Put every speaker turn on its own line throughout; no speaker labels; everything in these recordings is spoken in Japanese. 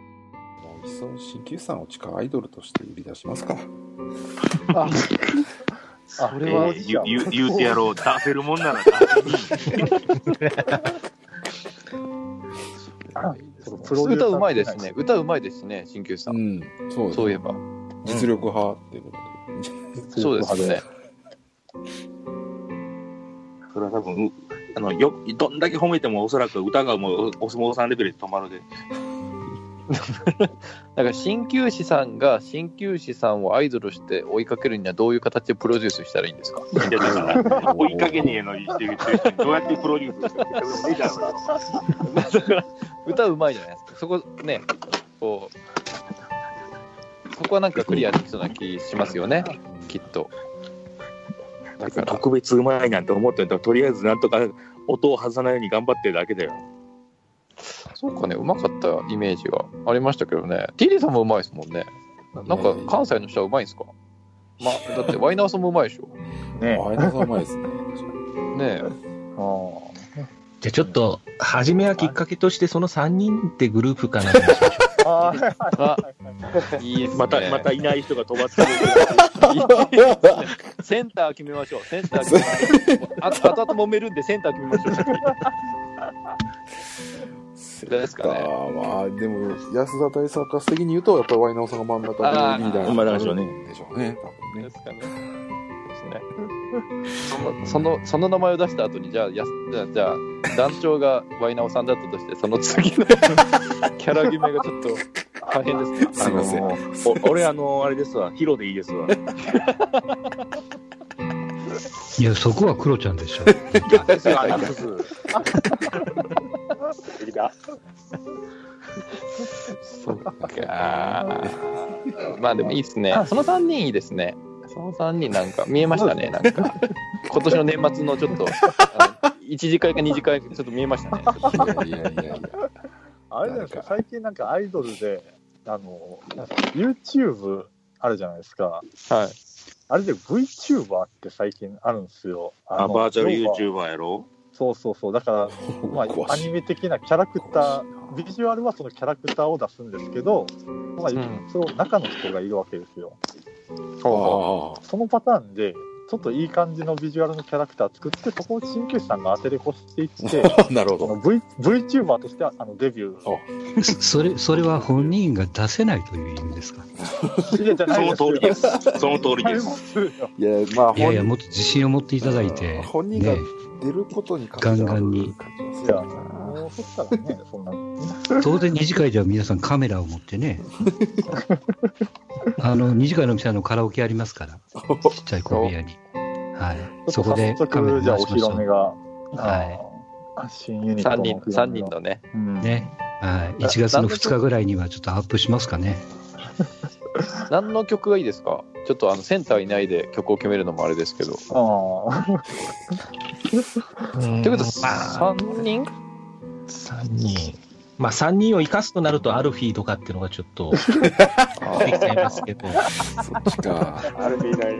いっそ鍼灸師さんを地下アイドルとして売り出しますか
あ、あ
そ
そ
れ
れ
は
は、
えー言う言う言うてやろう、出せるもんなら出せる。
そう
プロデューサー
歌うまいですね。歌うまいですね、鍼灸師さ。
うんんそうです
そういえば。
実力派っていうことで、
そうですね。
それは多分、うあの、よ、どんだけ褒めてもおそらく歌がもうおお相撲さんレベルで止まるで。
だから、鍼灸師さんが鍼灸師さんをアイドルして追いかけるにはどういう形でプロデュースしたらいいんですか
いやだから、追いかけねえのにって言って、どうやってプロデュースしてるじゃん。
歌うまいじゃないですか。そこ、ね、こう、そこはなんかクリアできそうな気しますよね、きっと。だから、
特別うまいなんて思ってんだとりあえずなんとか音を外さないように頑張ってるだけだよ。
そうかね、うまかったイメージがありましたけどね。ティリーさんもうまいですもんね。なんか、関西の人はうまいんですかまあ、だって、ワイナーさんもうまいでしょ。
ね
あいなさんうまいですね
ねえ。
じゃあちょっと、初めはきっかけとして、その3人ってグループかな。
ああ、
あいいですね。
また、またいない人が飛ばってる。
センター決めましょう。センター決めましょう。あと、あとあと揉めるんで、センター決めましょう。
セ
誰ですかね
まあでも安田大サーカス的に言うとやっぱりワイナオさんが真ん中のリーダー
あー真ん中でしょうね
でしょうね多分ね
ですかね。そのその名前を出した後にじゃあやすじゃあじゃあ団長がワイナオさんだったとしてその次 のキャラ決めがちょっと大変ですね。
すいません
あのお俺、あの、あれですわ、ヒロでいいですわ。
いや、そこはクロちゃん でしょ。
あナクス
そっか。まあでもいいですね。その3人いいですね。その3人なんか見えました ね。なんか今年の年末のちょっとあの1次会か2次会ちょっと見えま したね。ちょっと
いやいやいやいや
あれじゃないですか、最近なんかアイドルで、あの、YouTube あるじゃないですか。
はい。
あれで VTuber って最近あるんですよ。あ
あ、
の
バーチャル
要は
YouTuber やろ
そうそうそう。だから、まあ、アニメ的なキャラクター、ビジュアルはそのキャラクターを出すんですけど、まあ
うん、
その中の人がいるわけですよ。
ああ
そのパターンで、ちょっといい感じのビジュアルのキャラクター作って、そこを鍼灸師さんが当てれこしていって、
なるほ
そ
ど
の v VTuber としてあのデビュー。
そそれ、それは本人が出せないという意味ですか。
いやじゃな
そ
い
の
です
通
よ
りです。その通り
あ
で
り
す。
ますよ
いやまあ本
い
人
やいや、もっと自信を持っていただいて。
本人が
ね、
出ることに関
ガンガンに
いや、もうそしたらね、そんな。
当然二次会では皆さんカメラを持っ てね。あの、二次会の店あのカラオケありますから。ちっちゃい小部屋に。はい。
ちょ
そ
っと
こで
早
カメラ
速、じゃあ
回
お
し
披
ましょ
露目が。
はい
あー。新ユニット
3
のお披露
人
目が
3人のね。
うん
う。ね。はい。1月の2日ぐらいにはちょっとアップしますかね。
何の曲がいいですかちょっとあのセンターいないで曲を決めるのもあれですけど。
ああ。
と
ということで、3人
3人。まあ、3人を生かすとなると、アルフィーとかっていうのがちょっと、できちゃいますけ ど。
そっち か
あれでいない。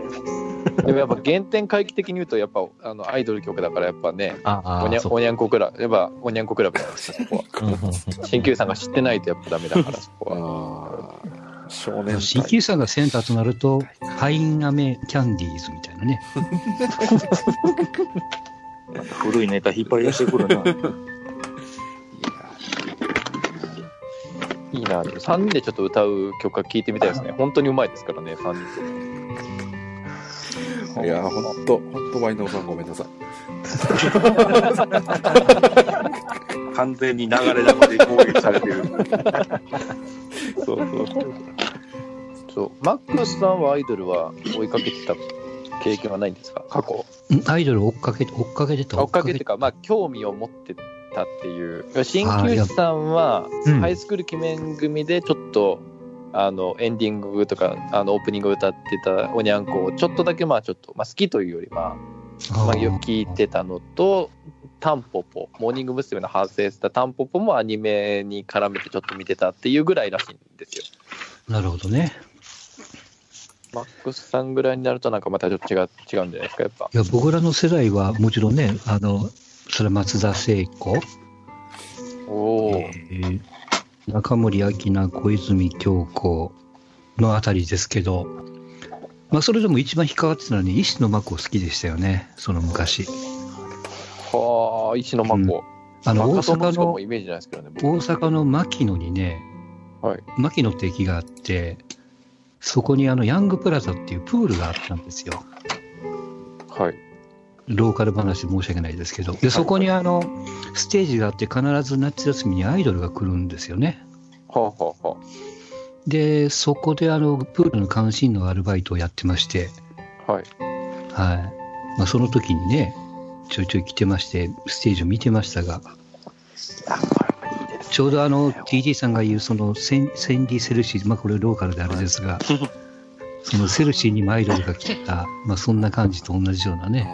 でもやっぱ原点回帰的に言うと、やっぱあのアイドル曲だからやっぱね、
あ
おにゃ
あ、
お
そう。
にゃんこクラブ、やっぱおにゃんこクラブじゃないですか、そこは。
うんうん
鍼灸師さんが知ってないとやっぱダメだから、そこは。
ああ少年
うん
隊
新旧さんがセンターとなると、パインアメキャンディーズみたいなね。
古いネタ引っ張り出してくるな。
いいな、でも3人でちょっと歌う曲が聴いてみたいですね。本当にうまいですからね、3人とも。
いやー、ほんと、ほんと、ワイナオさんごめんなさい。
完全に流れ玉で攻撃されてる。
そうそうそう。そう、マックスさんはアイドルは追いかけてた経験はないんですか過去。
うんアイドル追っかけて、追っかけてた。
追っかけっていうか、まあ、興味を持ってたっていう。鍼
あーい
灸
や
師さんは、
うん
ハイスクール記念組でちょっと、あの、エンディングとか、あの、オープニングを歌ってたおにゃんこを、ちょっとだけ、まあ、ちょっと、まあ、好きというよりは、ま
あ
あ、
ー
よく聞いてたのと、タンポポ、モーニング娘。の派生したタンポポもアニメに絡めてちょっと見てたっていうぐらいらしいんですよ。
なるほどね。
マックスさんぐらいになると、なんかまたちょっと違う違うんじゃないですか、やっぱ。
いや、僕らの世代はもちろんね、あの、それは松田聖子、
おお、
えー中森明菜、小泉京子のあたりですけど、まあ、それでも一番引っかかってたのに、石野真子好きでしたよね、その昔。
はあ、石の真子。
あの、
大
大
阪の
阪
しか
の
も、イメージないですけどね、僕
大阪の牧野にね、
はい
牧野って駅があって、そこにあの、ヤングプラザっていうプールがあったんですよ。
はい。
ローカル話申し訳ないですけど。で、そこにあの、ステージがあって、必ず夏休みにアイドルが来るんですよね。
はあ、はあ、は
で、そこであの、プールの監視員のアルバイトをやってまして、
あ。はい。
はい。まあ、その時にね、ちょいちょい来てまして、ステージを見てましたが、ちょうどあの、TD さんが言う、その、センセンディ・セルシー、まあ、これローカルであれですが、そのセルシーにもアイドルが来た、まあ、そんな感じと同じようなね、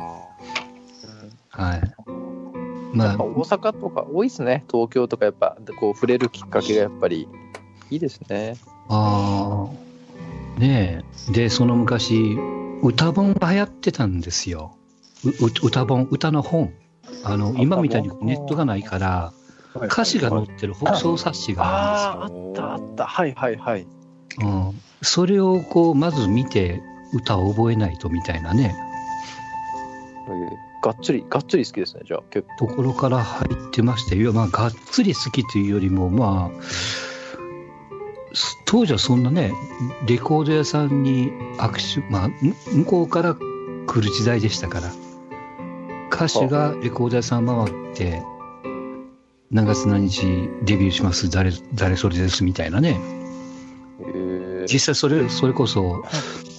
はい。ま
やっ
あ
ぱ、大阪とか多いですね。東京とかやっぱ、こう、触れるきっかけがやっぱり、いいですね。
ああ、ねえ。で、その昔、歌本が流行ってたんですよ。うう歌本、歌の本。あの、今みたいにネットがないから、
はい
歌詞が載ってる北総冊子が
ああ、あ
あ
ったあった。はいはいはい。
るんですよ。うん。それをこう、まず見て、歌を覚えないとみたいなね、
がっつり、がっつり好きですね、じゃあ。結
ところから入ってましたよ。いや、まあ、がっつり好きというよりも、まあ、す当時はそんなね、レコード屋さんに握手、まあ、む向こうから来る時代でしたから、歌手がレコード屋さん回って、何月何日デビューします、誰、誰それです、みたいなね。
構。へえ
実際それ、それこそ、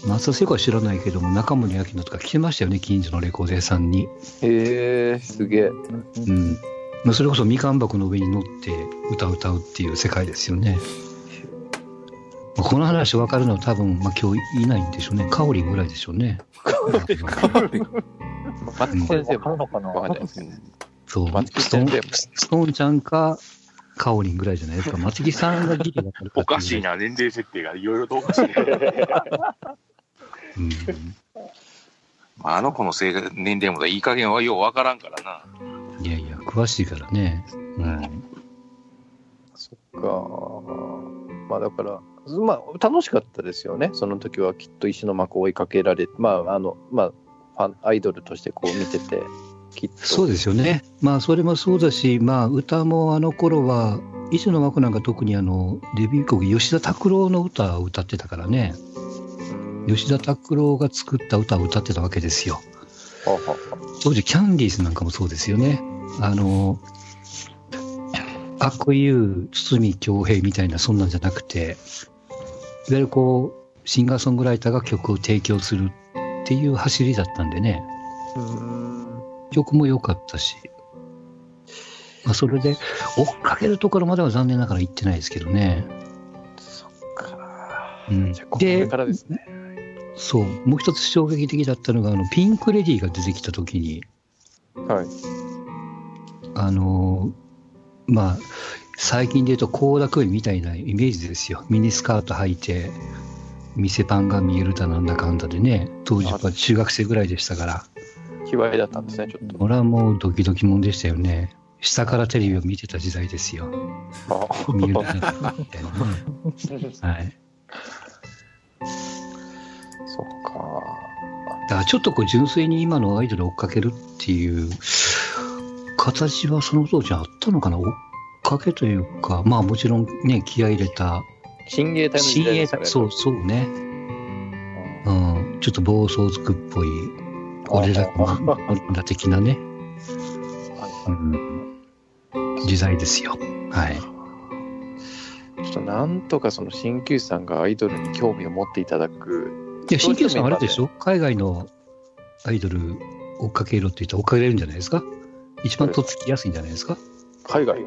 松田聖子は知らないけども、中森明菜とか来てましたよね、近所のレコード屋さんに。
へえすげえ。
うんまあ、それこそみかん箱の上に乗って歌を歌うっていう世界ですよね。まあこの話分かるのは多分、まあ、今日いないんでしょうね。かおりんぐらいでしょうね。
松木先生
わかる
も。
のかな
わかんないですね。
そう。
松木
ストー
先
ン
生も。
ストーンちゃんか、かおりんぐらいじゃないですか。松木さんがギリ分かる
おかしい
な。
な、年齢設定がいろいろとおかしいな。
うん
まああの子の性格年齢もいい加減はようわからんからな。
いやいや、詳しいからね。うん。
そっか。まあだから、まあ楽しかったですよね。その時はきっと石の幕を追いかけられて、まああの、まあファン、アイドルとしてこう見てて、きっと。
そうですよね。まあ、それもそうだし、まあ、歌もあの頃は、石野真子なんか特にあの、デビュー曲、吉田拓郎の歌を歌ってたからね。吉田拓郎が作った歌を歌ってたわけですよ。
はあはあは
当時、キャンディーズなんかもそうですよね。あの、悪友、堤京平みたいな、そんなんじゃなくて、いわゆるこう、シンガーソングライターが曲を提供するっていう走りだったんでね、
あうん
曲も良かったし、まあ、それで、追っかけるところまでは残念ながら行ってないですけどね。うん
じゃあこ
で
れからですね。
そう、もう一つ衝撃的だったのが、あのピンク・レディーが出てきたときに、
はい。
あのーまあ、最近で言うと後楽園みたいなイメージですよ。ミニスカート履いて、店パンが見えるだなんだかんだでね、当時は中学生ぐらいでしたから、
卑猥だったんですね、ちょっと。
俺はもうドキドキもんでしたよね。下からテレビを見てた時代ですよ。
あ
見えるだなんだかんだでねはい。
そっか。
だからちょっとこう純粋に今のアイドルを追っかけるっていう形はその当時あったのかな追っかけというか、まあもちろんね、気合い入れた
新芸隊の時
新
代
鋭
ですかね。
だそうそうね。うん、ちょっと暴走族っぽい、俺らの、俺ら的なね、うん、時代ですよ。はい。
ちょっとなんとかその鍼灸師さんがアイドルに興味を持っていただく。
いや、新旧さんあれでしょ海外のアイドル追っかけろって言ったら追っかけれるんじゃないですか一番とっつきやすいんじゃないですか
海外。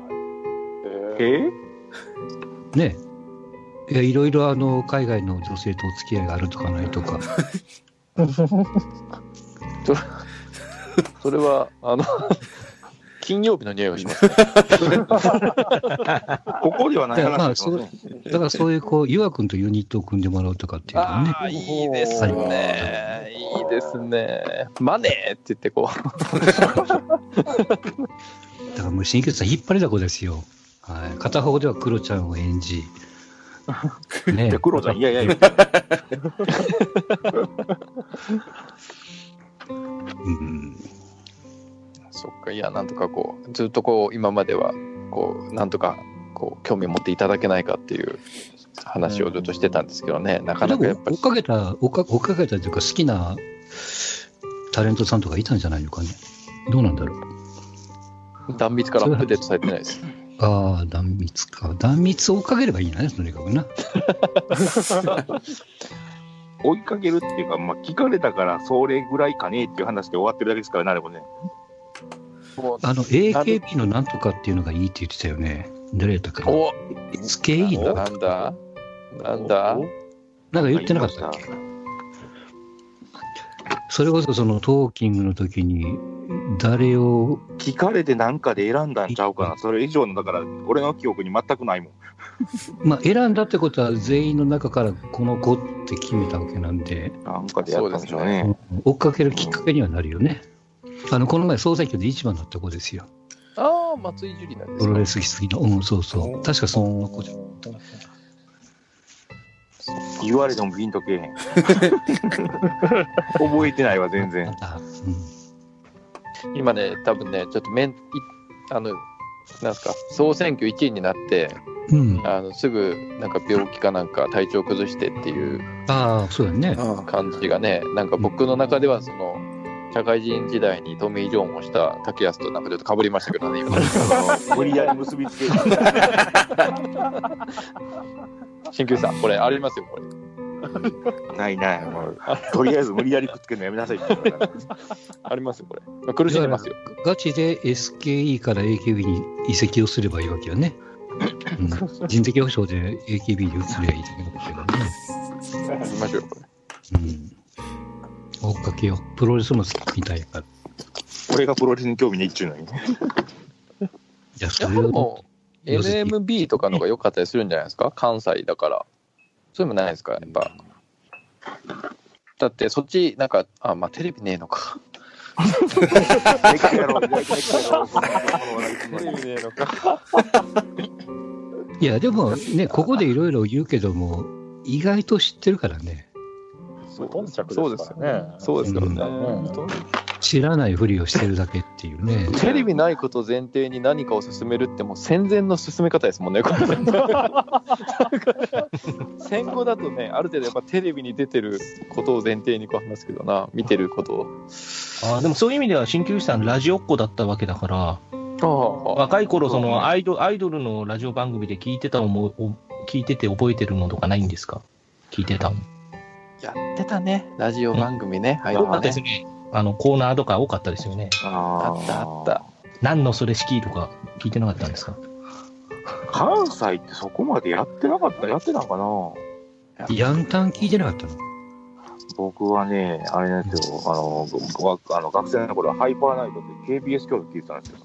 え
ねえ。いや、いろいろあの、海外の女性とお付き合いがあるとかないとか。
それは、あの、 金曜日の匂いがし ますね。
ここではない
だから
話
まあ、
です
そ
よ
う
ね。、
だからそういうこう、ゆわくんとユニットを組んでもらうとかっていうのはね。
ああ、いいですね。いいですね。マネーって言ってこう。
だからもう新旧さん引っ張りだこですよ。はい、片方ではクロちゃんを演 じ、ね
いや、、黒ちゃん、いやいやいや、
うん、
そっか、いや、なんとかこう、ずっとこう、今までは、こう、なんとか、こう、興味を持っていただけないかっていう話をずっとしてたんですけどね、なか
で
なかやっ
も
ぱ
追
り
っ、かけた追っか、追っかけたというか、好きなタレントさんとかいたんじゃないのかね。どうなんだろう。
断密からアップデートされてないです。
ああ、断密か。断密を追っかければいいんだね、とにかくな。
追いかけるっていうか、まあ、聞かれたから、それぐらいかねっていう話で終わってるだけですからね、あれもね。
あの、AKB のなんとかっていうのがいいって言ってたよね。誰やったかな。
お
スケインだ。
なんだなんだ
なんか言ってなかったっけそれこそそのトーキングの時に、誰を、
聞かれてなんかで選んだんちゃうかな、それ以上の、だから、俺の記憶に全くないもん。
まあ、選んだってことは全員の中からこの子って決めたわけなんで、
なんかでやったんでしょうね。
追っかけるきっかけにはなるよね。あの、この前総選挙で一番だった子ですよ。
ああ、松井樹里なんで
プ
す
ロ
か
レス好きの。うん、そうそう。確かその子じゃん。
言われてもピンとけえへん。 覚えてないわ、全 然。
あうん
今ね、多分ね、ちょっと面、いあの、なんすか、総選挙1位になって、
うん、あ
あのすぐなんか病気かなんか体調崩してっていう
あ、そうだよね。
あ
感じがね、なんか僕の中ではその、社会人時代にトミー・ジョンをした竹安となんかちょっと被りましたけどね、 今。
無理やり結びつけた。
新旧さん、これありますよ、これ。
ないない、もう。とりあえず無理やりくっつけるのやめなさいって言うから。
ありますよ、これ。まあ苦しんでますよ。
ガチで SKE から AKB に移籍をすればいいわけよね。うん、人的保障で AKB に移りゃいいだけのことだからね。
やりましょうよ、これ。
うん。追っかけよう。プロレスも好きみたいだから。い
俺がプロレスに興味ないっちゅうのに。
や、そ
や
れ
っぱで
を、
も、NMB とかの方が良かったりするんじゃないですか関西だから。そういうのもないですかやっぱ。だって、そっち、なんか、あ、まあ、テレビねえのか。
もう一回やろう、もう一回やろう。そんなことないつもり
ねえのか。
いや、でもね、ここでいろいろ言うけども、意外と知ってるからね。
無頓着ですからね。
そうですよね。
うん
知らないふりをしてるだけっていうね。
テレビないことを前提に何かを進めるってもう戦前の進め方ですもんね これ戦後だとねある程度やっぱテレビに出てることを前提にこう話すけどな見てること
あーでもそういう意味では、鍼灸師さん、ラジオっ子だったわけだから、
をあ
若い頃そのアイド、アイドルのラジオ番組で聞いてた思う、聞いてて覚えてるのとかないんですか聞いてたの。
あやってたねラジオ番組ね、はい
多かったですね。あの、コーナーとか多かったですよね。
あ
あ
ったあった
何のそれ式とか聞いてなかったんですか
関西ってそこまでやってなかった、やってたんかな
ヤンタン聞いてなかったの
僕はね、あれなんですよ、あの、僕はあの学生の頃はハイパーナイトって KBS 教育聞いてたんです よ。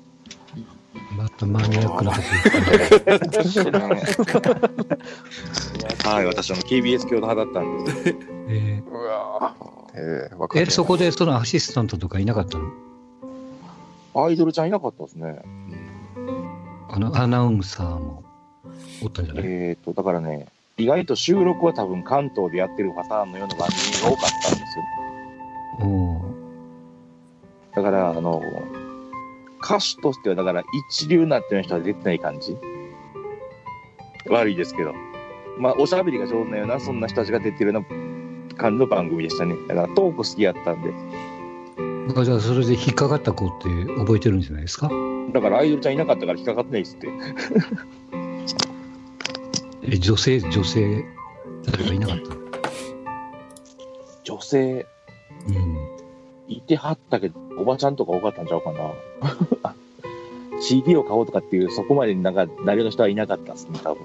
またマニアックなこと
はい、私は KBS 教の派だったんで、
言って、え
うわええわ
ーえ、そこでそのアシスタントとかいなかったの
アイドルちゃんいなかったですね。
あの、アナウンサーもおったんじゃない、
えっ、と、だからね、意外と収録は多分関東でやってるパターンのような番組が多かったんですよ。
うん
だから、あの、歌手としては、だから一流になってる人は出てない感じ。悪いですけど。まあ、おしゃべりが上手なような、そんな人たちが出てるような感じの番組でしたね。だからトーク好きやったんで。
だからじゃあそれで引っかかった子って覚えてるんじゃないですか
だからアイドルちゃんいなかったから引っかかってないっすって。
え女性女性誰かいなかった、
女性、
うん、
いてはったけど、おばちゃんとか多かったんちゃうかな。CD を買おうとかっていう、そこまでなんか、なりの人はいなかったっすね、多分。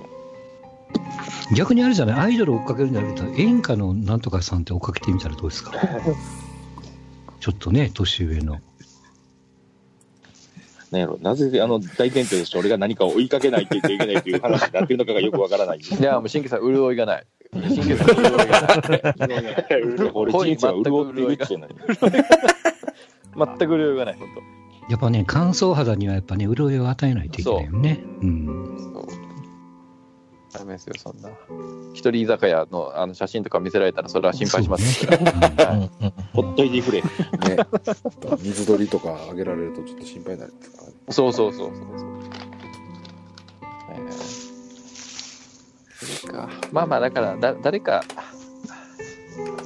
逆にあれじゃないアイドル追っかけるんじゃなくて演歌のなんとかさんって追っかけてみたらどうで すかちょっとね年上の
なんやろ、なぜ、あの、大前提として俺が何かを追いかけないといけないっていう話になってるのかがよくわからない。
いやもう新旧さん潤いがない新旧さ ん潤いがない
俺人生は潤っているっていうのに。
全く潤いがない本
やっぱね、乾燥肌にはやっぱね、潤いを与えないといけないよね。うん。
そうダメですよ、そんな。一人居酒屋のあの写真とか見せられたら、それは心配します。
そうねうん
ほっといてくれ。
ね、水鳥とかあげられるとちょっと心配になるんですからね。
そうそうそうそうそう。えーそれか。まあまあ、だからだ、誰か、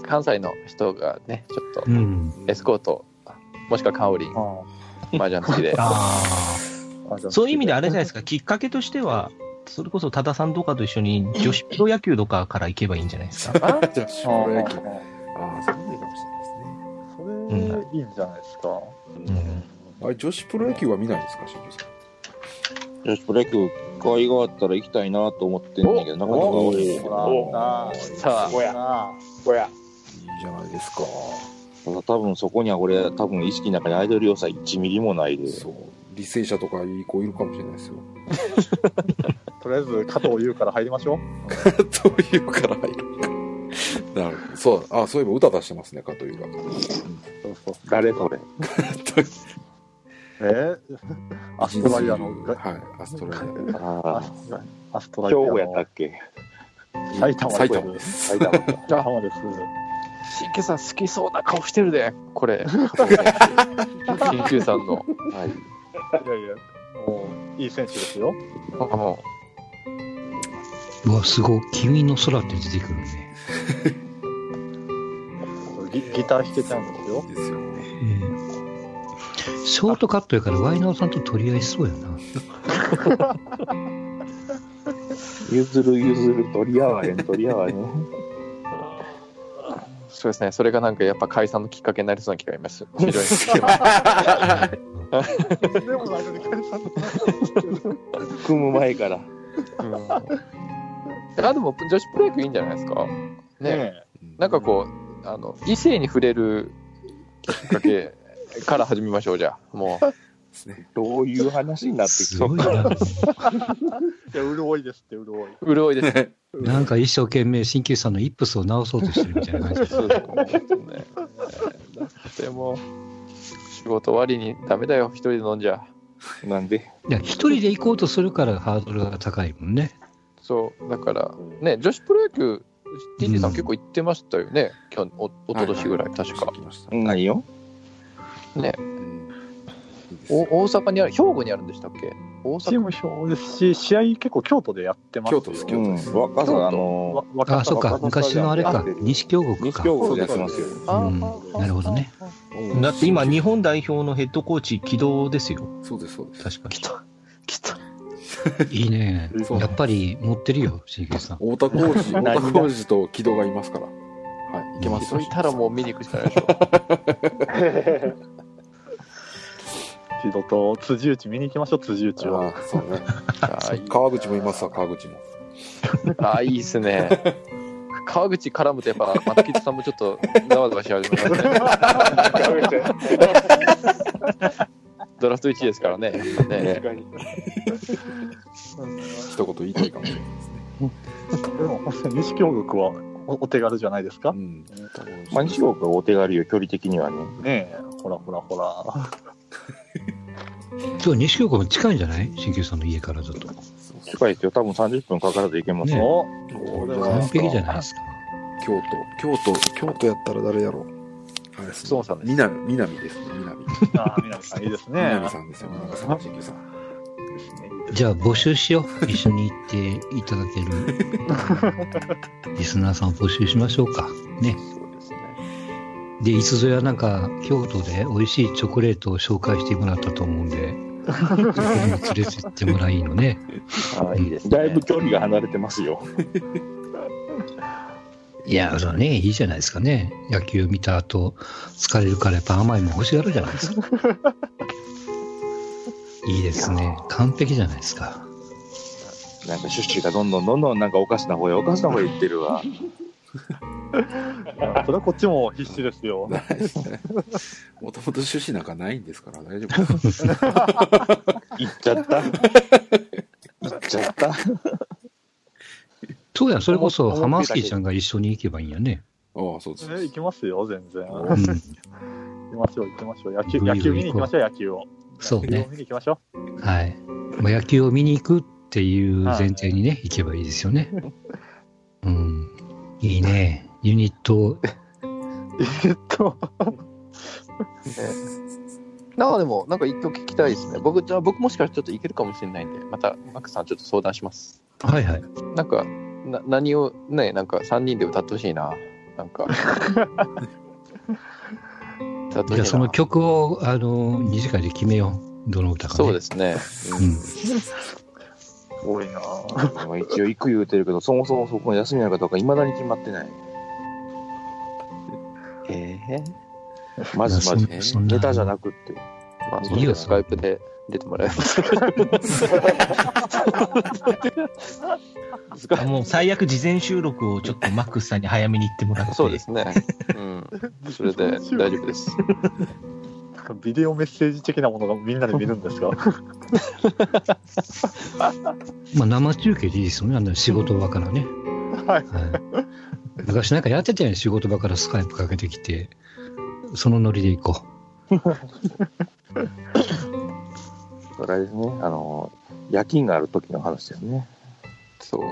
関西の人がね、ちょっ
う
と
ん。
エスコート、もしくはカオリン、
あ
マージャン付きで。
あ
あじゃ
あ
あ
そういう意味であれじゃないですか、きっかけとしては、それこそ多田さんとかと一緒に女子プロ野球とかから行けばいいんじゃないですか。
あ
じゃあ、プ
ああ
ロ野球。
あ
ああ、そういうのいいかもしれないですね。
それいいんじゃないですか、
うん
あれ、女子プロ野球は見ないんですか、新庄さん。
女子プロ野球、可愛があったら行きたいなと思ってんだけど、なかなか多い。
ほら
お
なあ
さあ、
ほらなあ
いいじゃないですか。
ただ多分そこには俺、多分意識の中にアイドル要素は1ミリもないで。
そう。履正社とかいい子いるかもしれないですよ。
とりあえず加藤優から入りましょう
というから入るなるほど。そう、あ、そういえば歌出してますね、かというか。
そうそう
誰それ。
えー、 アストラリアの
はい、アストラリア。
ああ、
アストラ
兵
リアの
庫やったっけ
埼玉
埼玉です。
埼玉埼玉です
しんけさん好きそうな顔してるで、これ。緊急さんの。はい。
いやいやもういい選手です よ
あ
うわ、すごい。君の空って出てくるね。
ギギター弾けちゃうんですよ
ですよね。
えーショートカットやから、ワイナオさんと取り合いしそうやな。
譲る譲る、取り合わへん、取り合わへん。
そうですね。それがなんかやっぱ解散のきっかけになりそうな気がします。非常に
でもなんか光さん
組む前から。
うんあでも女子プロ野球いいんじゃないですか。ね、
ね
なんかこうあの異性に触れるきっかけから始めましょうじゃあもう
どういう話になってき
す
そ
ご
う
いな。
いや潤いですって潤い
潤いですね。
なんか一生懸命、鍼灸師さんのイップスを直そうとしてるみたいな 感じです。
そうそうもう本当にねでも仕事終わりにダメだよ一人で飲んじゃ。
なんで
いや、一人で行こうとするからハードルが高いもんね。
そうだからね女子プロ野球 TT さん
うん
結構行ってましたよね、去年お一昨年ぐらい確か、
来ました。
何よ
うんいいですよ
お大阪にある兵庫にあるんでしたっけ大
チー
阪
ム表ですし試合結構京都でやってますよ
京都です
う
京
ん、若さ、あの、
わ若
あ、
さ
そうか。
若さ
昔のあれか
若さ。が
西京極
西
か。
京都でやってますよ。
うんなるほどね。
だって今、日本代表のヘッドコーチ、軌道ですよ、
そうですそうです。
確か。
いいね。
そう
やっぱり持ってるよ、鍼灸師さん。
太田浩二、太
何
田
が
浩二と木戸がいますから。はい、いけます
そ
よ。
いたらもう見に行くしかないでしょ
一度と辻内見に行きましょう辻内は
ああ、そうね。
あいい
川口もいますわ、川口も。
あーいいですね。川口絡むとやっぱ松吉さんもちょっとざわざわし始め ますね。ドラフト1位ですからね。ね
一言言いたいかもしれないですね。
でも本当に西京極はおお手軽じゃないですか
う、ん。
まあ、西岡はお手軽よ、距離的にはね。
ねえほらほらほら
そう、西京極も近いんじゃない鍼灸師さんの家からだと。
近いですよ、多分30分かからず行けますよ。
ね
お
これは
完璧じゃないですか。
京都、京都、京都やったら誰やろう。あれです
そうさんです
南、南ですね、南。
ああ南さんいいですね
南さんですよ、南さん、新 旧さん。
じゃあ募集しよう。一緒に行っていただける。 リスナーさんを募集しましょうか。
そう
ね。
ですね。
で、いつぞやなんか、京都で美味しいチョコレートを紹介してもらったと思うんで、ここにも連れて行ってもらいいのね。
あーいいですね。
だいぶ距離が離れてますよ。
いや、そうね、いいじゃないですかね。野球見た後、疲れるからやっぱ甘いもん欲しがるじゃないですか。いいですね。完璧じゃないですか。
なんか趣旨がどんどんどんどんなんかおかしな方へおかしな方へ行ってるわ。
それはこっちも必死ですよ
もともと趣旨なんかないんですから、大丈夫 です。
行っちゃった。行っちゃった。
そうや、それこそ、ハマスキーちゃんが一緒に行けばいいんやね。
ああ、そうです。
え行きますよ全然
うん。
行きましょう行きましょう野球
グイグイ
野球見に行きましょう野球を
そうね
見に行きましょ
はい。まあ、野球を見に行くっていう前提にね、行けばいいですよね。うん。いいね。ユニット、
う。えっと、
なんかでも、なんか一曲聞きたいですね。僕、じゃあ僕もしかしてちょっといけるかもしれないんで、また、マックさんちょっと相談します。
はいはい。
なんか、な何をね、なんか3人で歌ってほしいな。なんか。歌ってほしい
じゃ
な
あその曲を、あの、2次会で決めよう。どの歌か、ね。。
そうですすね。
うん。
多いなぁ。
まあ一応行く言うてるけど、そもそもそこの休みなのかどうか未だに決まってない。
ええ
マジマジ。
いやそんな
ネタじゃなくって。
まあ、
いい
そ
よ
れで
そ
ス
れ
カイプで出てもらえます。
あもう最悪事前収録をちょっとマックスさんに早めに言ってもらって。
そうで。すね。うん。それで大丈夫です。
ビデオメッセージ的なものがみんなで見るんですが、
まあ、生中継でいいですよね。あの仕事場からね。
はい
はい。昔なんかやってたよね。仕事場からスカイプかけてきて、そのノリで行こ
あれですね、あの、夜勤がある時の話ですね。
そうそ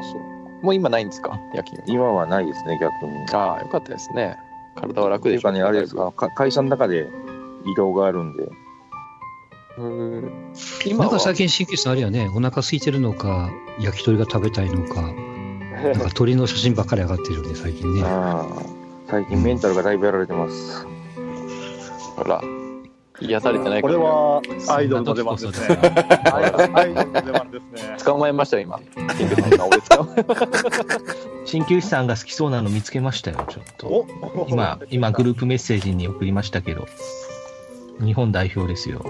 う。もう今ないんですか夜勤。
今はないですね、逆に。
ああ、よかったですね。体は楽
とい
で
う
しょ
かね、あれですか、か会社の中で移動があるんで、
うーん
う。
今
なん
は
か最近新旧さんあれやね。お腹空いてるのか、焼き鳥が食べたい のか、なんか鳥の写真ばっかり上がってるよね、最近ね。
あー最近メンタルがだいぶやられてます。
ほら、癒されてない
こ
か
れ
ら。
はア
そ
イ
ん
ド
な
ルの
時
出番
こ
で
そ
す
だ
ね。
から。
アイドルアイドルの出番ですね。
捕まえましたよ、今。キングさんが俺捕まえ
鍼灸師さんが好きそうなの見つけましたよ、ちょっと。
お
今、今グ
ー
ループメッセージに送りましたけど、日本代表ですよ。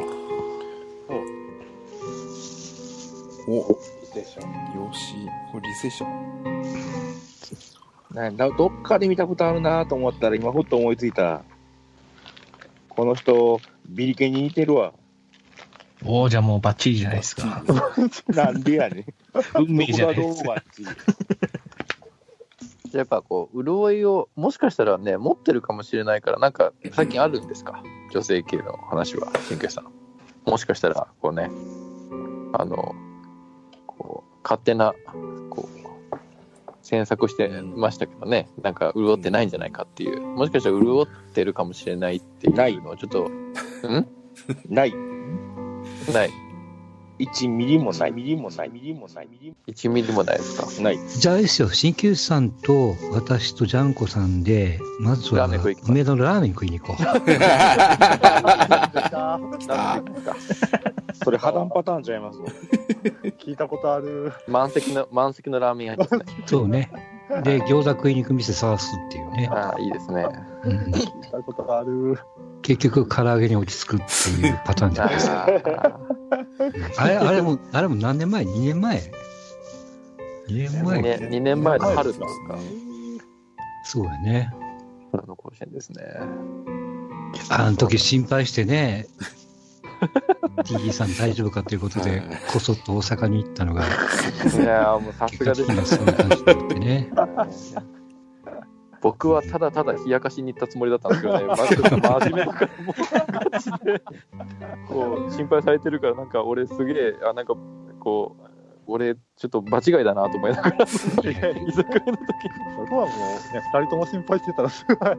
お吉これリセッション
ねだどっかで見たことあるなと思ったら、今ふっと思いついた。この人、ビリケンに似てる わ。
おお、じゃあもうバッチリじゃないですか。
なんでやねん。
運命じゃない
ど
で
こ
す
がどう
か。
はっていう
たやっぱこう、潤いを、もしかしたらね、持ってるかもしれないから、なんか、最近あるんですか女性系の話は、神経さん。もしかしたら、こうね、あの、こう、勝手な、こう、詮索してましたけどね、なんか潤ってないんじゃないかっていう、もしかしたら潤ってるかもしれないっていうのをちょっと、
ない。
ない、
1ミリもない。ミリもない。ミリもない。ミリも
1ミリもないですか。
ない。
じゃああれですよ、鍼灸師さんと私とジャンコさんで、まずは
ラーメン食いに行こう
梅田のラーメン食いに行こ う。
なんていうか
それ破談パターンちゃいますの
聞いたことある。
満席の、満席のラーメン屋ですね。
そうね。で、餃子食いに行く店探すっていうね。
ああ、いいですね。
うん
聞いたことある。
結局、唐揚げに落ち着くっていうパターンじ ゃないです
あ
か。
あ
あれ、あれも、あれも何年前 ?2 年前 ?2 年前、
2年二年前の春 ですか。
そうやね。
春の甲子園ですね。
あの時心配し てね、TD さん大丈夫かということで、こそっと大阪に行ったのが、
いやーもうさす
結
が
果
で
的
すね
には。そういう感じになってね。
僕はただただ冷やかしに行ったつもりだったんですけどね、マジで 真面目だから、もう、ガチで、こう、心配されてるから、なんか俺すげえ、あ、なんか、こう、俺、ちょっと場違いだなと 思いながら、居酒屋の時に。
そこはもう、ね、二人とも心配してたらすごい。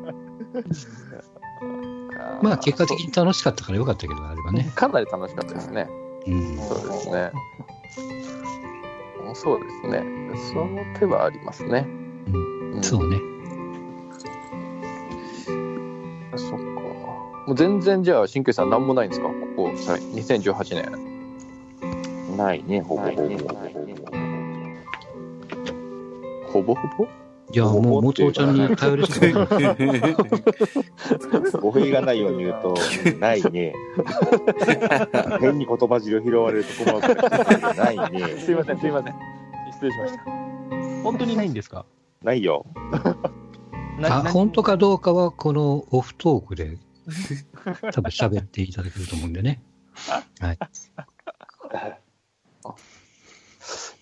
まあ結果的に楽しかったからよかったけど、あれはね。
かなり楽しかったですね。
うん。
そうです ね。そうですね。その手はありますね。ん
そうね。
そっか。もう全然じゃあ、新旧さん何もないんですかここ、さ2018年。
ないね、ほぼほぼ。
ほぼほぼ
じゃあもう元尾ちゃんに頼る しかない。
語弊がないように言うと、ない ね。変に言葉尻を拾われると困るからないね。
すいません、すいません。失礼しました。
本当にないんですか
ないよ。
あ、本当かどうかは、このオフトークで、多分喋っていただけると思うんでね。はい。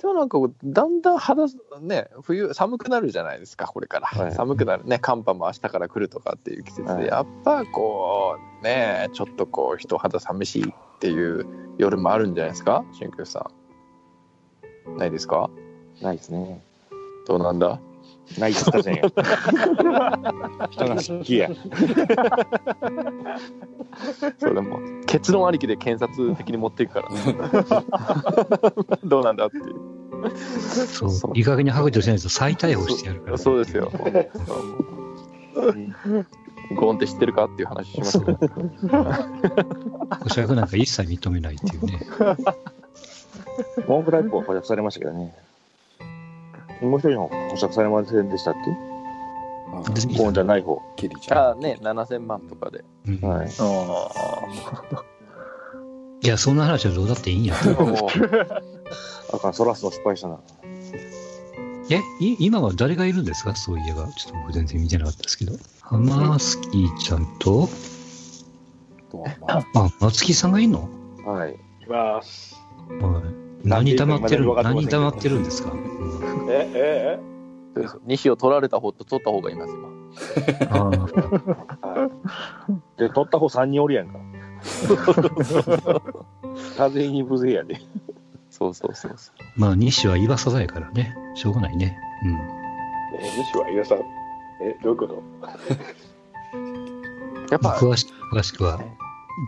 でもなんかこう、だんだん肌、ね、冬、寒くなるじゃないですか、これから。
はい
寒くなるね、寒波も明日から来るとかっていう季節で、
はい
やっぱこう、ね、ちょっとこう、人肌寂しいっていう夜もあるんじゃないですか真空さんないですか
ないですね。
どうなんだ
ないって 言ったじゃんよ。人の話聞きや。
それも結論ありきで検察的に持っていく からどうなんだっていう
そう
そう
いい加減に白状しないと再逮捕してやるから、
そうですよ。ゴーンって知ってるかっていう話しますけど
保釈なんか一切認めないってい うね
モンクライプは保釈されましたけどね。もう一人の方保釈されませんでしたっけボーンじゃない方。
キリちゃ
ああね7000万とかで
うん
はい。
いやそんな話はどうだっていいんや
もう
あかん、そらすの失敗したな。
えい今は誰がいるんですかそういえばちょっと僕全然見てなかったですけどハマースキーちゃんと
んとはまあ
あ松木さんがいるの、
はい。
います。
はい、
なんで
何溜まってる
今まで
何
分かって
溜
ませんけど
まってるんですか、うん
え、え、
西を取られた方と取った方がいます今
あー
で、取った方3人おるやん か。風に無勢やで。
そうそうそうそう
まあ西は岩佐だからねしょうがないね
え、え、西は岩さん。え、どういうこと
やっ
うん、まあ、
ぱ
詳し詳しくは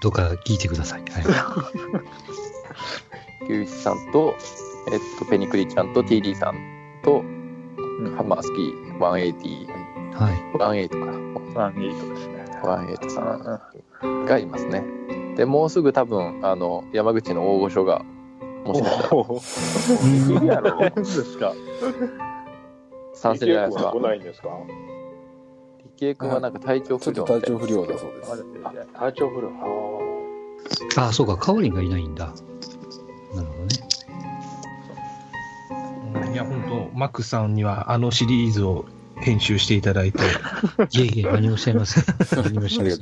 どうか聞いてください、はい
牛一さんとえっとペニクリちゃんと TD さんとハンマースキー18018
はい
か
あ、いいとですね。
180さんがいますね。で、もうすぐ多分、あの、山口の大御所が、もしかしたら
いいやろ。ですか。
参戦じゃないですか
来。ないんですか。
池江君はなんか体調
ちょっと
不良。
体調不良だそうです
体調不良。あ
ああ、そうか、カオリンがいないんだ。なるほどね。
いや、本当マックさんにはあのシリーズを編集していただいて、
いえいえ、何をおっしゃ います。何をおっしゃいます。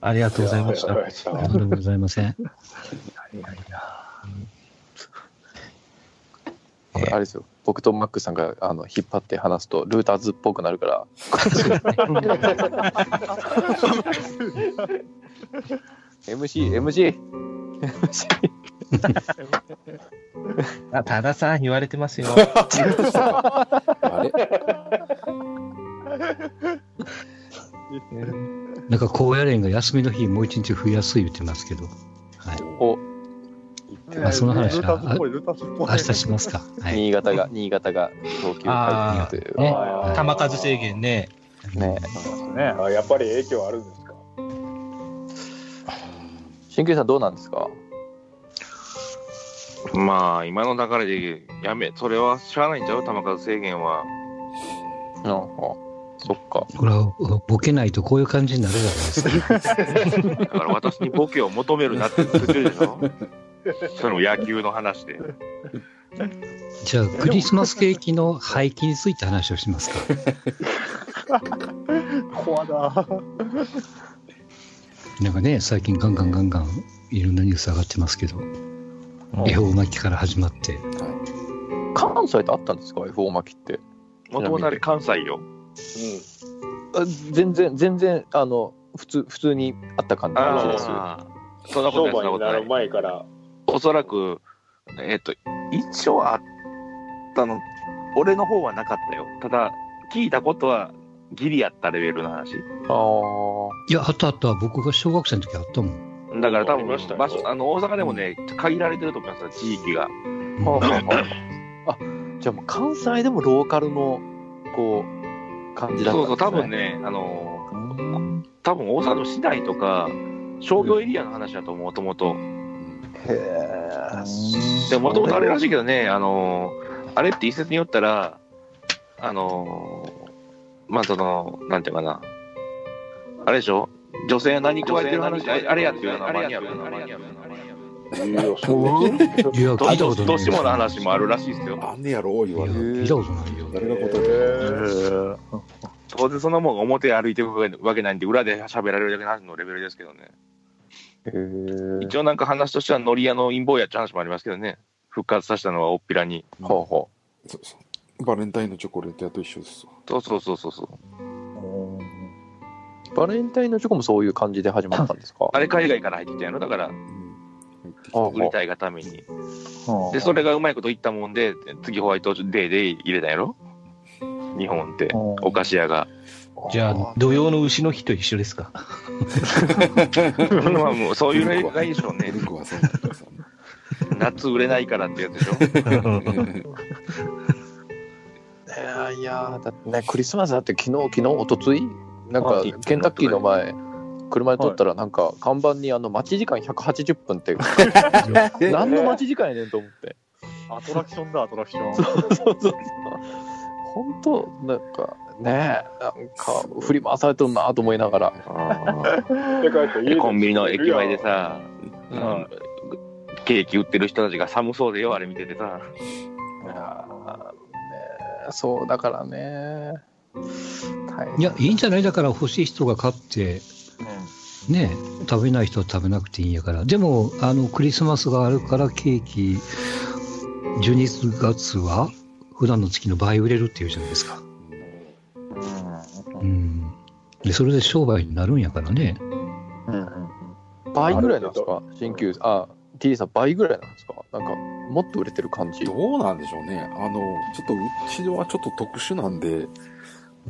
ありがとうございました
はい。
ありがと
あ
うございました。い
とんでもございません。
やいや
これあれですよ。僕とマックさんがあの引っ張って話すと、ルーターズっぽくなるから、MC、MC、
あ多田さん言われてますよ。
あれ
なんか高野連が休みの日もう一日増やす言ってますけど。はい。
お、
あその話は
ルータスっぽい、ルータスっぽい。
明日しますか。はい。
新潟が、新潟が投球回避という。
ね。
あー
球数制限ね。
ね
ね、あやっぱり影響あるんですか。
新球さんどうなんですか
まあ、今の流れで、やめ、それはしゃあないんちゃう球数制限は。
うん、あそっか。
これはボケないとこういう感じになるじゃないです か。
だから私にボケを求めるなって言ってるでしょ。 それも野球の話で。
じゃあ、クリスマスケーキの廃棄について話をしますか。
怖だ。
なんかね、最近ガンガンガンガンいろんなニュース上がってますけど、恵方巻きから始まって。
関西ってあったんですか ?F4 巻きって。
もともとあれ関西よ。
あ全然全然あの普通普通にあった感じです
ああ、そんなことない、そんなことない。
前から。
おそらく、えっ、と、一応あったの、俺の方はなかったよ。ただ、聞いたことは、ギリやったレベルの話。
あー
いや、あったあった。僕が小学生の時あったもん。
だから多
ありましたよ
分、場所、あの、大阪でもね、限られてると思いますよ地域が。
はあはあはああじゃあもう関西でもローカルのこう感じだった
そ
ん
うそう、
です、ね、
多分ね、あのー、多分大阪の市内とか、商業エリアの話だと思う、もともと。でもともとあれらしいけどね、あのーあれって一説によったら、あのーまあその、なんていうかな、あれでしょ、女性何加えてる話、あれあれやっていうのはマニアックなマニアックなマニアック
いや、聞いたこ
な
とない。
どうしてもの話もあるらしいですよ。
あんねやろ言
い
わ
や
れる
聞いたことないよ。
誰が答え
当然そんなもんが表歩いてるわけないんで、裏で喋られるだけの話のレベルですけどね。一応なんか話としては、ノリ屋の陰謀やって話もありますけどね、復活させたのはおっぴらに。
ほうほ
そうそうバレンタインのチョコレート屋と一緒ですわ
そうそうそうそうそう。
うバレンタインのチョコもそういう感じで始まったんですか
あれ海外から入ってきたんやろ、だから
う。ん
ほう
売りたいがために。で、それがうまいこといったもんで、次ホワイトデーで入れたんやろ日本って、お菓子屋が。
じゃあ、土曜の牛の日と一緒ですか。
まあもうそういう
ミルク
の
は
がいいでしょうね
ミ。ルクはそうなんですよ
夏売れないからってやつでしょ。
いやいやだってねクリスマスだって昨日昨日一昨日なんか
はい
ケンタッキーの前車で撮ったらなんか看板にあの待ち時間180分 って何の待ち時間やねんと思って
アトラクションだ、アトラクション。
そうそうそう本当なんかねなんか振り回されてるなと思いながら、
でコンビニの駅前でさ、
うん
あのケーキ売ってる人たちが寒そうでよ、あれ見ててさ。
いやーねそうだからね大変
いや、いいんじゃないだから欲しい人が買って、ねえ、食べない人は食べなくていいんやから。でも、あの、クリスマスがあるからケーキ、12月は普段の月の倍売れるっていうじゃないですか。うん。で、それで商売になるんやからね。
倍ぐらいなんですか新旧あ T さん倍ぐらいなんですかなんかもっと売れてる感じ
どうなんでしょうね。あの、ちょっとうちはちょっと特殊なんで、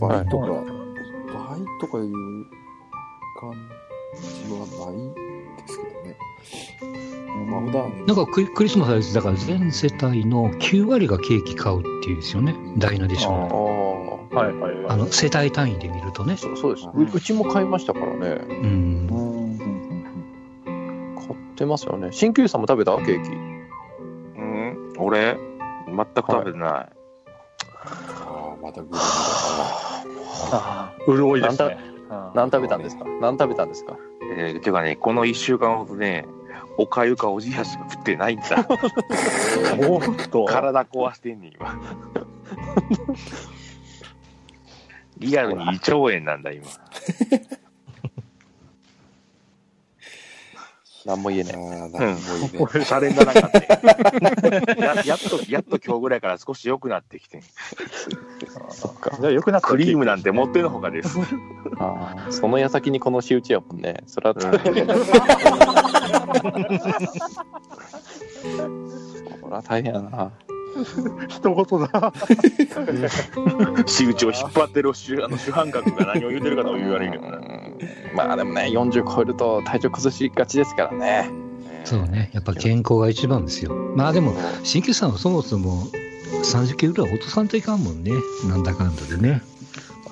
倍とか、倍とかいう感じはないですけどね。まあ普段、
なんかクリクリスマスはですだから全世帯の9割がケーキ買うっていうんですよね。ダイナでし
あ
ょ。
あ
はいはいはい。
あの、世帯単位で見るとね。
そうそうです、ううちも買いましたからね
うん。
買ってますよね新旧さんも食べたケーキ
うん、俺、全く食べてない。
ああ、またグルメだか
潤いです
なん
ね。うん
何食べたんですか何食べたんですか
えー、ていうかね、この1週間ほどね、おかゆかおじやしか食ってないん だ。
おーっと。
体壊してんねん、今。 リアルに胃腸炎なんだ、今。
何も言えない
ら。ああ、なんかもういいね。
シャレにならなかったややっと、やっと今日ぐらいから少し良くなってきてん。
じゃあよくなった
クリームなんて持ってのほかです。
あーその矢先にこの仕打ちやもんねそれは、それは大変やな
一言だ。
仕打ちを引っ張ってる主あの主犯格が何を言ってるかとも言われるけどな。
うんまあでもね40超えると体調崩しがちですからね
そうね。やっぱ健康が一番ですよ。まあでも、新旧さんはそもそも30キロぐらい落とさんといかんもんね。なんだかんだでね。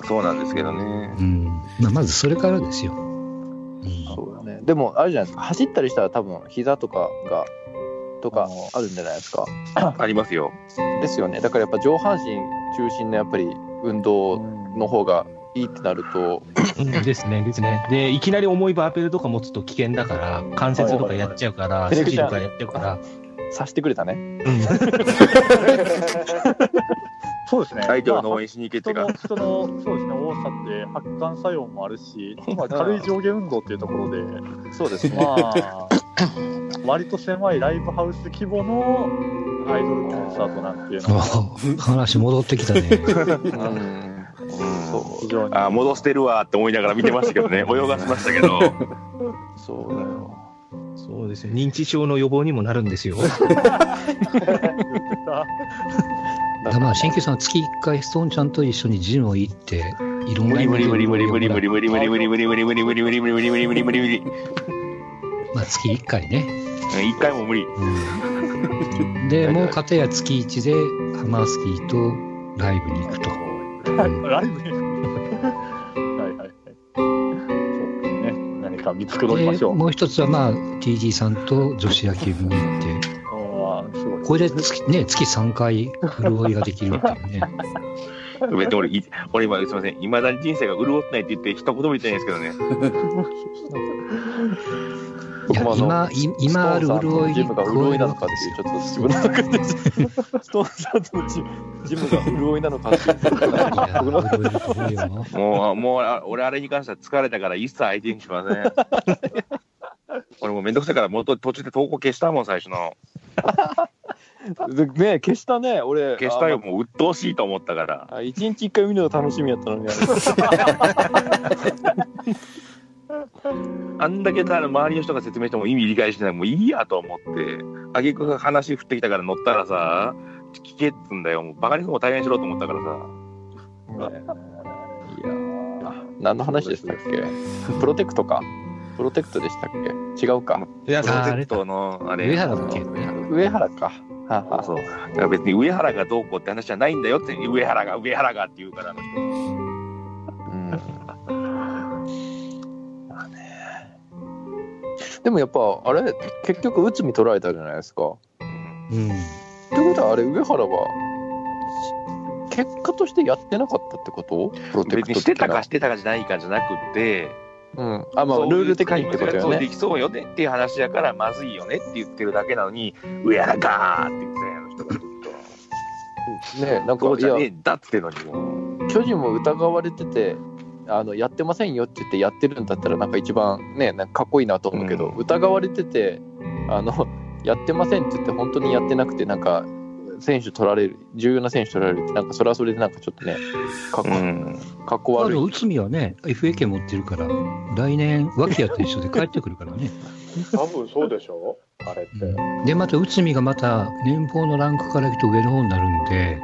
そうなんですけどね。
うん。まあ、まずそれからですよ。うん
そうだねでもあるじゃないですか走ったりしたら多分膝とかがとかあるんじゃないですか
ありますよ。
ですよねだからやっぱ上半身中心のやっぱり運動の方がいいってなると
ですね、ですね。で、いきなり重いバーベルとか持つと危険だから、関節とかやっちゃうから、
いはい
筋とかやっちゃうから、
察してくれたね
そうですね。
相手を応援しに行けって
人
か
の。人のそうですね多さって発汗作用もあるし、まあ、軽い上下運動っていうところで、
そうですね
まあ、 割と狭いライブハウス規模のアイドルコンサートなんていうの は
あ話戻って きたね。
うん
うん
そ
非常に
あ戻してるわって思いながら見てましたけどね。泳がせましたけど。
うそうだよ
そうですね。認知症の予防にもなるんですよ。
だからまあ、新旧さんは月1回ストーンちゃんと一緒にジムを行って、いろん
無
な
理
意味
無
で
理無理無理無理無理無理無理無理無理無理無理無理無理無理無理無理無理無理無理
まあ、月1回ね。
一回も無理。
うんで、もう片や月1で、ハマースキーとライブに行くと。うん
ライブに はいはいはいそうですね何か見繕いまし
で
ょう、
もう一つは、まあ、TG さんと女子野球部に行って、
あーすごい
これで月,、ね、月3回潤いができるっていうね。
別に俺い俺今すみません。いまだに人生が潤ってないって言って一言も言ってないですけどね。
いや
僕もあの
今い今ある
ストーンさんの
潤い
ジ
に
ムが潤いなのかっていうちょっと自分の中でストーンさんのジムジムが潤いなのかっていう
いや潤いだと思うよ
もう、もうあ、俺あれに関しては疲れたから一切相手にしません。俺もうめんどくさいから、もうと途中で投稿消したもん、最初の。
ね消したね俺
消したよ、もう鬱陶しいと思ったから。
あ一日一回見るの楽しみやったのにあれ
あんだけだから周りの人が説明しても意味理解してないもういいやと思ってあげくが話振ってきたから乗ったらさ聞けっつんだよもうバカにするのも大変しろと思ったからさ
いやー何の話でしたっけプロテクトかプロテクトでしたっけ違うか
いや
プロテクトのあれ
上原だっけ
上原かはあは
あそうだから別に上原がどうこうって話じゃないんだよって上原が上原がって言うからあの人
あうんまあねでもやっぱあれ結局内海取られたじゃないですか
うん。
ってことはあれ上原はし結果としてやってなかったってことプロテ
別
クト
にしてたかしてたかじゃないかじゃなくて
うんあまあルール的にってことよ
そう
ね
できそうよねっていう話やからまずいよねって言ってるだけなのに上原がーって言ってたよあの人がずっ
ねな
と
ん
そ
か
うじゃ
い
ね
や
えんだっつってんのにも
巨人も疑われててあのやってませんよって言ってやってるんだったらなんか一番ねなんかかっこいいなと思うけど、
うん
疑われててあの やってませんって言って本当にやってなくてなんか選手取られる重要な選手取られるってなんかそれはそれでなんかちょっとねかっこ,、
ん
かっこ
あ
悪
の
い
内海はね、FA 権持ってるから、来年、脇屋と一緒で帰ってくるから ね。
多分そうでしょあれって。
で、また内海がまた年俸のランクから行くと上の方になるんで、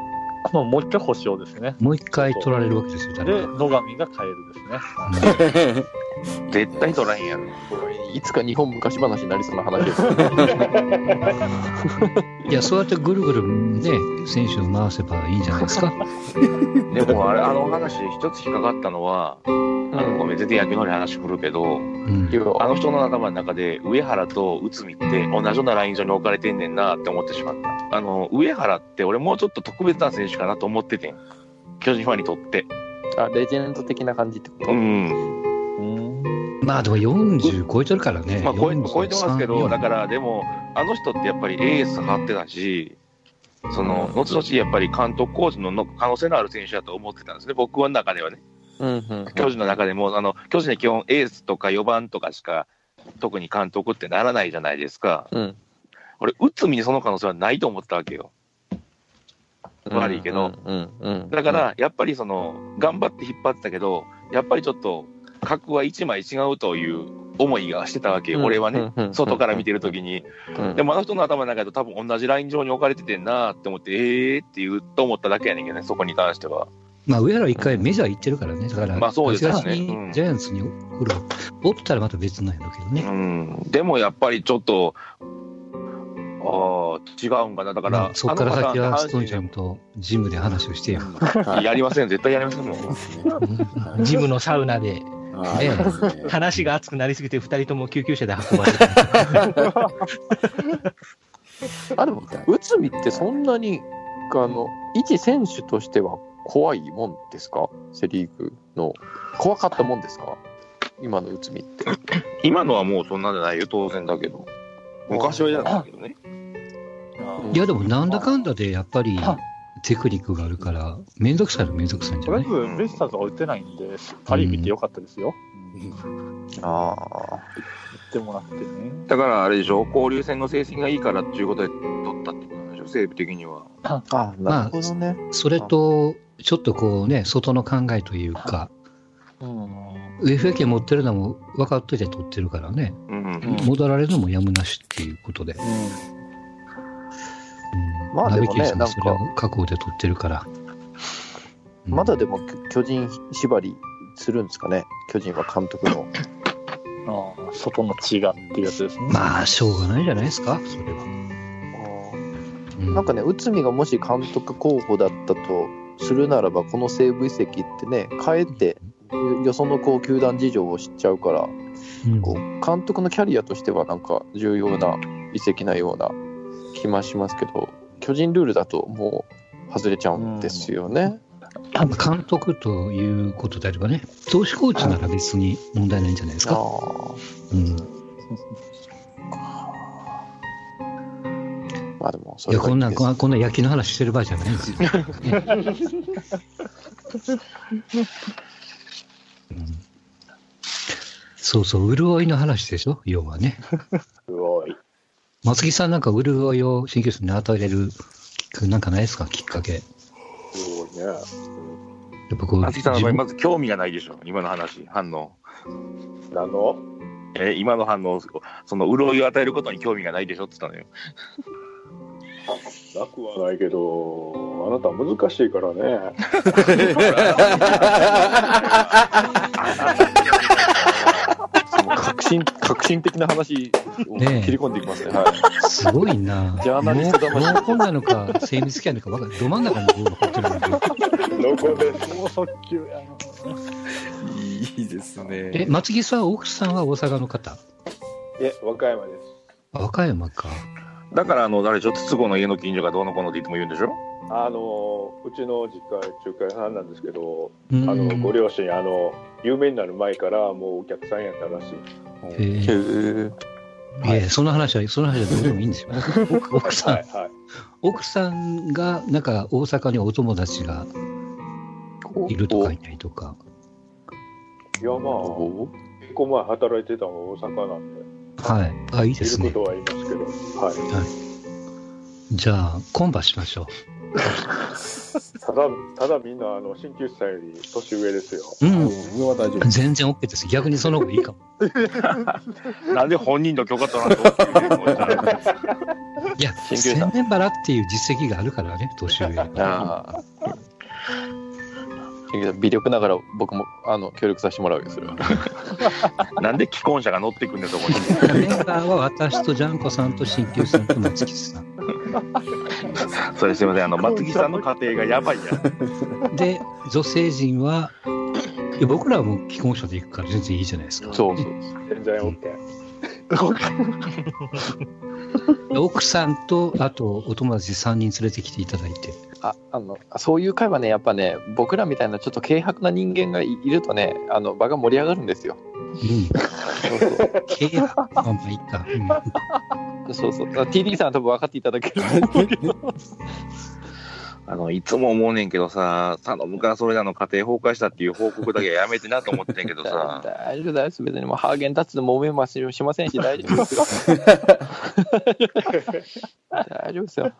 まあもう一回星をですね。
もう一回取られるわけですよ、
で、
誰か。
野上が変えるですね。
絶対取らへんやろ
いつか日本昔話になりそうな話です
いや、そうやってぐるぐるね、選手を回せばいいんじゃないですか。
でもあれあの話で一つ引っかかったのは、あのごめん全然野球の方に話振るけど
うん
け。ど
あの人の頭の中で上原と内海って同じようなライン上に置かれてんねんなって思ってしまったあの上原って俺もうちょっと特別な選手かなと思っててん巨人ファンにとって
あレジェンド的な感じってこと、
うん
まあでも40超えてるからね。
まあ超え超えてますけど
43
だからでもあの人ってやっぱりエース張ってたしその後々やっぱり監督コーチのの可能性のある選手だと思ってたんですね僕の中ではね
うんうん
巨人の中でも、あの巨人で基本、エースとか4番とかしか、特に監督ってならないじゃないですか、
うん
俺、内海にその可能性はないと思ったわけよ。悪いけど、
うんうんうん
だから、やっぱりその、頑張って引っ張ってたけど、やっぱりちょっと、格は1枚違うという思いがしてたわけよ、俺はね、外から見てるときに。で
も
も、あの人の頭の中だと、多分同じライン上に置かれててんなって思って、えーって言うと思っただけやねんけどね、そこに関しては。
まあ、上原一回メジャー行ってるからね。だから、
まあそうですね
八月に
うん
ジャイアンツにほら、おったらまた別なんだけどね。
うん、でもやっぱりちょっと、ああ、違うんかな、だから、
まあそこから先
あの
は
方
ストーンちゃんとジムで話をしてよ。
阪神やりません、絶対やりませんもん。
うん
ジムのサウナで
ああ、
ね
いいですね。
話が熱くなりすぎて二人とも救急車で運ばれて
あでも内海ってそんなにあの一選手としては怖いもんですかセ・リーグの怖かったもんですか今の内海って
今のはもうそんなんじゃないよ、当然だけど。昔は嫌だったけどね。
いや、でもなんだかんだでやっぱりテクニックがあるから、めんどくさいのめんどくさいんじ
と
ゃ
りあ
な
え
い
ず、ベイスターズが打てないんで、パ・リーグ行ってよかったですよ。
あ
打ってもらってね。
だからあれでしょ、交流戦の成績がいいからっていうことで取ったってことなんでしょ、西武的には。
あ
なるほ
どね、
それと、ちょっとこうね、外の考えというか、FA 権持ってるのも分かっといて取ってるからね、
うん。
戻られるのもやむなしっていうことで。うん
まあ
ナ
で
ビ
も
キー
ね
さん
な
も
んか
それは覚悟で取ってるから。うん
まだでも巨人縛りするんですかね巨人は監督の
ああ外の血がっていうやつですね。
まあ、しょうがないじゃないですか、それは。うん
なんかね内海がもし監督候補だったとするならばこの西武移籍ってねかえってよそのこう球団事情を知っちゃうから
うん
こう監督のキャリアとしてはなんか重要な移籍なような気もしますけど巨人ルールだともう外れちゃうんですよね。
監督ということであればね、投手コーチなら別に問題ないんじゃないです
あ
か。
あ
うん
まあでもそ
い
れ
や
がい
こ
い
ん
で
なん
す
こんこんな野球の話してる場合じゃないで すよ。うんそうそう、潤いの話でしょ、要はね。
すごい。
松木さんなんか潤いを新教室に与えれるきっかけなんかないですか、きっかけ。や
すごいね。
っぱこう、
松木さんの
自
場合、
分
まず興味がないでしょ、今の話、反応。
何の
え、今の反応、その潤いを与えることに興味がないでしょって言ったのよ。
なくはないけど、あなた難しいからね。
革新、革新的な話を
ねえ
切り込んでいきますね。はい。
すごいな。
ジャーナリスト
もう
魂
もうこんなのか、精密機械なのか、わかんないど真ん中にボール入ってるんだけど
濃厚です。
もう速球やな。
いいですね。
え、松木さん、奥さんは大阪の方。
え、和歌山です。
和歌山か。
だから、あの、あれでしょ、筒子の家の近所がどうのこうのっていつも言うんでしょ
あの、うちの実家、中華屋さんなんですけど、あ
あ
の、ご両親、あの、有名になる前から、もうお客さんやったらしい。
えーいやいやその話は、その話はどうでもいいんですよ。奥奥さ
は
ん
い、、はい。
奥さんが、なんか大阪にお友達がいるとかいないとか。
いや、まあ、結構前働いてたのが大阪なんで、
はい。あ、いいです
いる
ね
こ。とはいますけど、はい。
じゃあ、コンパしましょ
ただ、ただみんな、あの、鍼灸師さんより年上ですよ。
う。う。
うん上は大丈夫。
全然 OK です。逆にその方がいいかも。
なんで本人の許可取らんとって言うのこいつら
いや、
鍼灸師さん
千年バラっていう実績があるからね、年 上。
ああ。微力ながら僕もあの協力させてもらうよそれは
なんで既婚者が乗ってくんねん、そこに。
メンバーは私とジャンコさんと鍼灸師さんと松木さん。
それすいません、あの、松木さんの家庭がやばいやん。
で、女性陣は、いや僕らはもう既婚者で行くから全然いいじゃないですか。
そうそう
全然 OK。
奥さんと、あとお友達3人連れてきていただいて。
ああのそういう会はねやっぱね僕らみたいなちょっと軽薄な人間がいいるとねあの場が盛り上がるんですよ
うん。経営あまあいいか。うん
そうそう TD さんは多分分かっていただけると思うけど
あの、いつも思うねんけどさ、頼むからそれらの家庭崩壊したっていう報告だけはやめてなと思ってんけどさ。
大丈夫です別にもうハーゲンダッツで揉めもしませんし大丈夫ですよ大丈夫 ですよ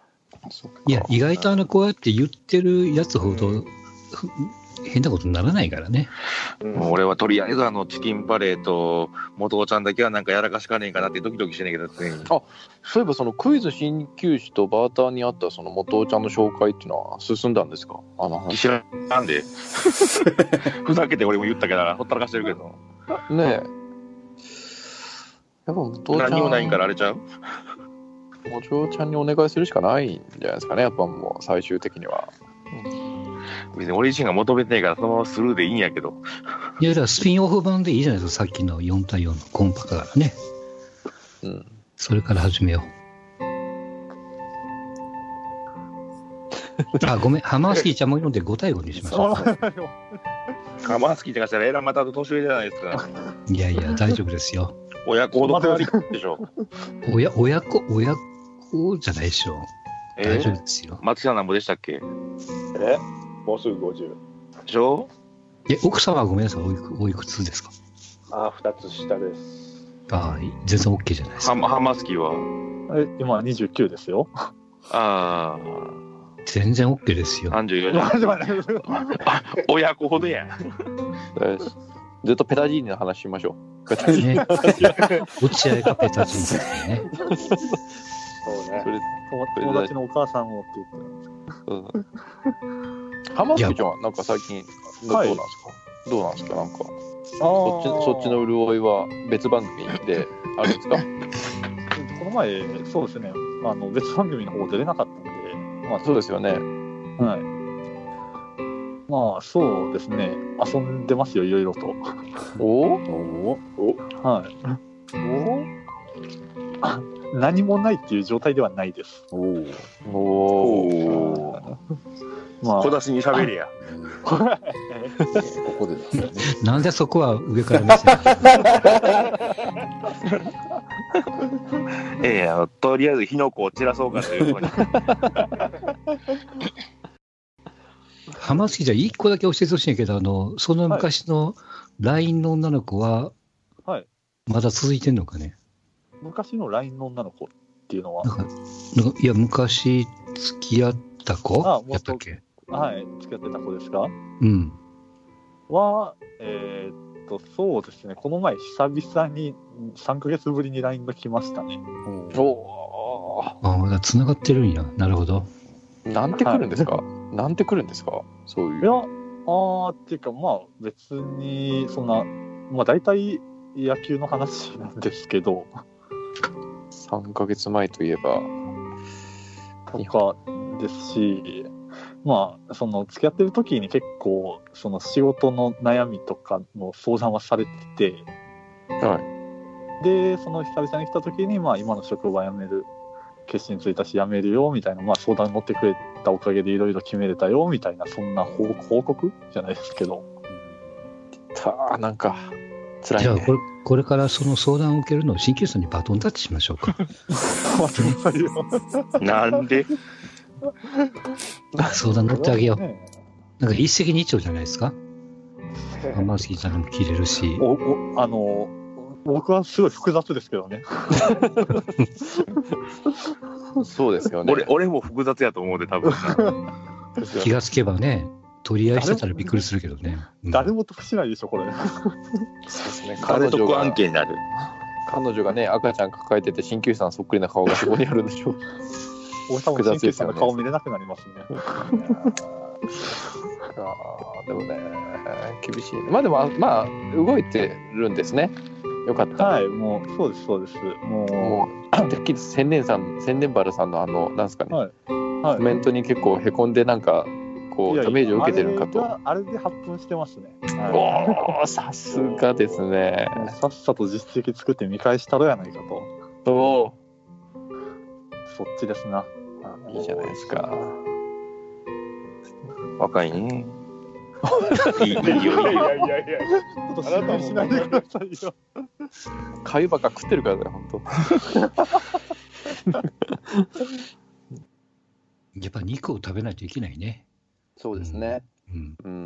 いや、意外とあの、こうやって言ってるやつほど、ふ変なことにならないからね。
もう俺はとりあえずあのチキンパレーと元尾ちゃんだけはなんかやらかしかねえかなってドキドキしてんねえけどね
そういえばそのクイズ鍼灸師とバーターにあったその元尾ちゃんの紹介っていうのは進んだんですかあの話
知らんでふざけて俺も言ったからほったらかしてるけど
ねえやっぱ元尾ちゃん
何もないんからあれちゃう
元尾ちゃんにお願いするしかないんじゃないですかねやっぱもう最終的には
別に俺自身が求めてねえからそのままスルーでいいんやけど
いや、だからスピンオフ版でいいじゃないですか。さっきの4対4のコンパからね。
うん
それから始めよう。あ、ごめん。ハマースキーちゃんも読んで5対5にしましょ
カマースキーってかしたらエラまた年上じゃないですか
う。いやいや、大丈夫ですよ。
親子ほど変わりないでしょ
親、親子、親子じゃないでしょう。
え
大丈夫ですよ。
松木さんなんぼでしたっけ
えもうすぐ50。
でしょ
え、奥様はごめんなさい。おいくおいくつですか
あ、2つ下です。
ああ、い全然 OK じゃないです
ハ
か。
マハマスキーは
え今29です よ。
あ
全然 OK です
あ
よ。
34じゃ ん
待って待って
親子ほどやん
大丈夫ですずっとペタジーニの話しましょうペタ ジーニ
ね、落合がペタジンさんね。
そうね
そ。れ
友達のお母さんをって言って。
うん浜崎ちゃんはなんか最近どうなん
はい
ですか、どうなんですかなんか
あ
そっちそっちの潤いは別番組であるんですか
この前、そうですね、あの別番組の方出れなかったんで、まあ、
そう
で
ですよね
す。はい。まあ、そうですね、遊んでますよ、いろいろと。
お
お
はい。何もないっていう状態ではないです。
おお
おお
お
まあ
小、出しにしゃべれや
ここで ですね。
なんでそこは上から見せる
ええあのとりあえず火の粉を散らそうかというふうに
浜月じゃん一個だけ教えてほしいんやけど、あの、その昔の LINE の女の子は、
はい
まだ続いてんのかね。
昔の LINE の女の子っていうのは
なん、か、なんかいや、昔付き合った子
あもう
やったっけ
はい、付き合ってた子ですか
うん。
は、えーっと、そうですね、この前、久々に3ヶ月ぶりに LINE が来ましたね。
おー
あ、まだ繋がってるんや。なるほど。
なんてくるんですか、なんてくるんですかそう
い
いう。
や、あーっていうか、まあ、別に、そんな、まあ、大体野球の話なんですけど、
3ヶ月前といえば、
とかですし、まあ、その付き合ってる時に結構、その仕事の悩みとかの相談はされてて、
は
で、その久々に来た時に、まあ、今の職場辞める、決心ついたし辞めるよみたいな、まあ、相談乗ってくれたおかげでいろいろ決めれたよみたいな、そんな報報告じゃないですけど、
たーなんか、辛
じ
い
ゃあ
ね
こ。れ、これからその相談を受けるのを鍼灸師さんにバトンタッチしましょう か。
なんで
相談乗ってあげよう。
ね
なんか一石二鳥じゃないですか。浜月さんも切れるし。
おおあの僕はすごい複雑ですけどね。
そうですよね。
俺、俺も複雑やと思うで、多分。
気がつけばね、取り合いしてたらびっくりするけどね。うん
誰も得しないでしょ、これ。
そうですね
彼
彼女
と
が
案件になる。
彼女がね、赤ちゃん抱えてて、鍼灸師さんそっくりな顔がそこにあるんでしょう。
俺多分、
複雑
神
で
経
す
さん
よね
の顔見れなくなりますね。
あーでもね、厳しいね。まあでも、あまあ、動いてるんですね。よかった。
はい、もう、そうです、そうです。も
もう、てっきり千年さん、千年原さんのあの、なんですかね、
はいいう、は
コメントに結構へこんで、なんか、こ、
いうや
ダメージを受けてるんかと。
あれがあれで発奮してますね。は
おー、さすがですね。
いもうさっさと実績作って見返したろやないかと。
お
そっちですな。
ーいいじゃないですか。
若いね。いいいいよ、いい
いやいやいや
よ。
いや。
ちょっと
あなた
心
も
配しないでくださいよ。
かゆばっか食ってるからだよ、ほんと。
やっぱ肉を食べないといけないね。
そうですね。
うん。
うん。